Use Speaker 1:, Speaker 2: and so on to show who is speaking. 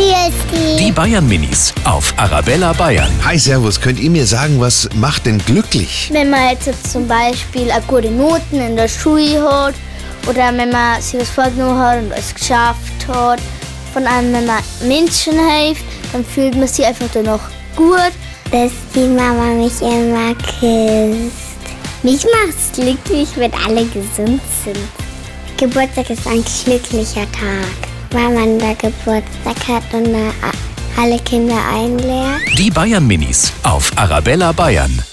Speaker 1: Tschüssi.
Speaker 2: Die Bayern Minis auf Arabella Bayern.
Speaker 3: Hi Servus, könnt ihr mir sagen, was macht denn glücklich?
Speaker 1: Wenn man jetzt zum Beispiel auch gute Noten in der Schule hat oder wenn man sich was vorgenommen hat und es geschafft hat, von allem, wenn man Menschen hilft, dann fühlt man sich einfach danach gut.
Speaker 4: dass die Mama mich immer küsst. Mich macht's glücklich, wenn alle gesund sind. Geburtstag ist ein glücklicher Tag, weil man da Geburtstag hat und da alle Kinder einlädt.
Speaker 2: Die Bayern Minis auf Arabella Bayern.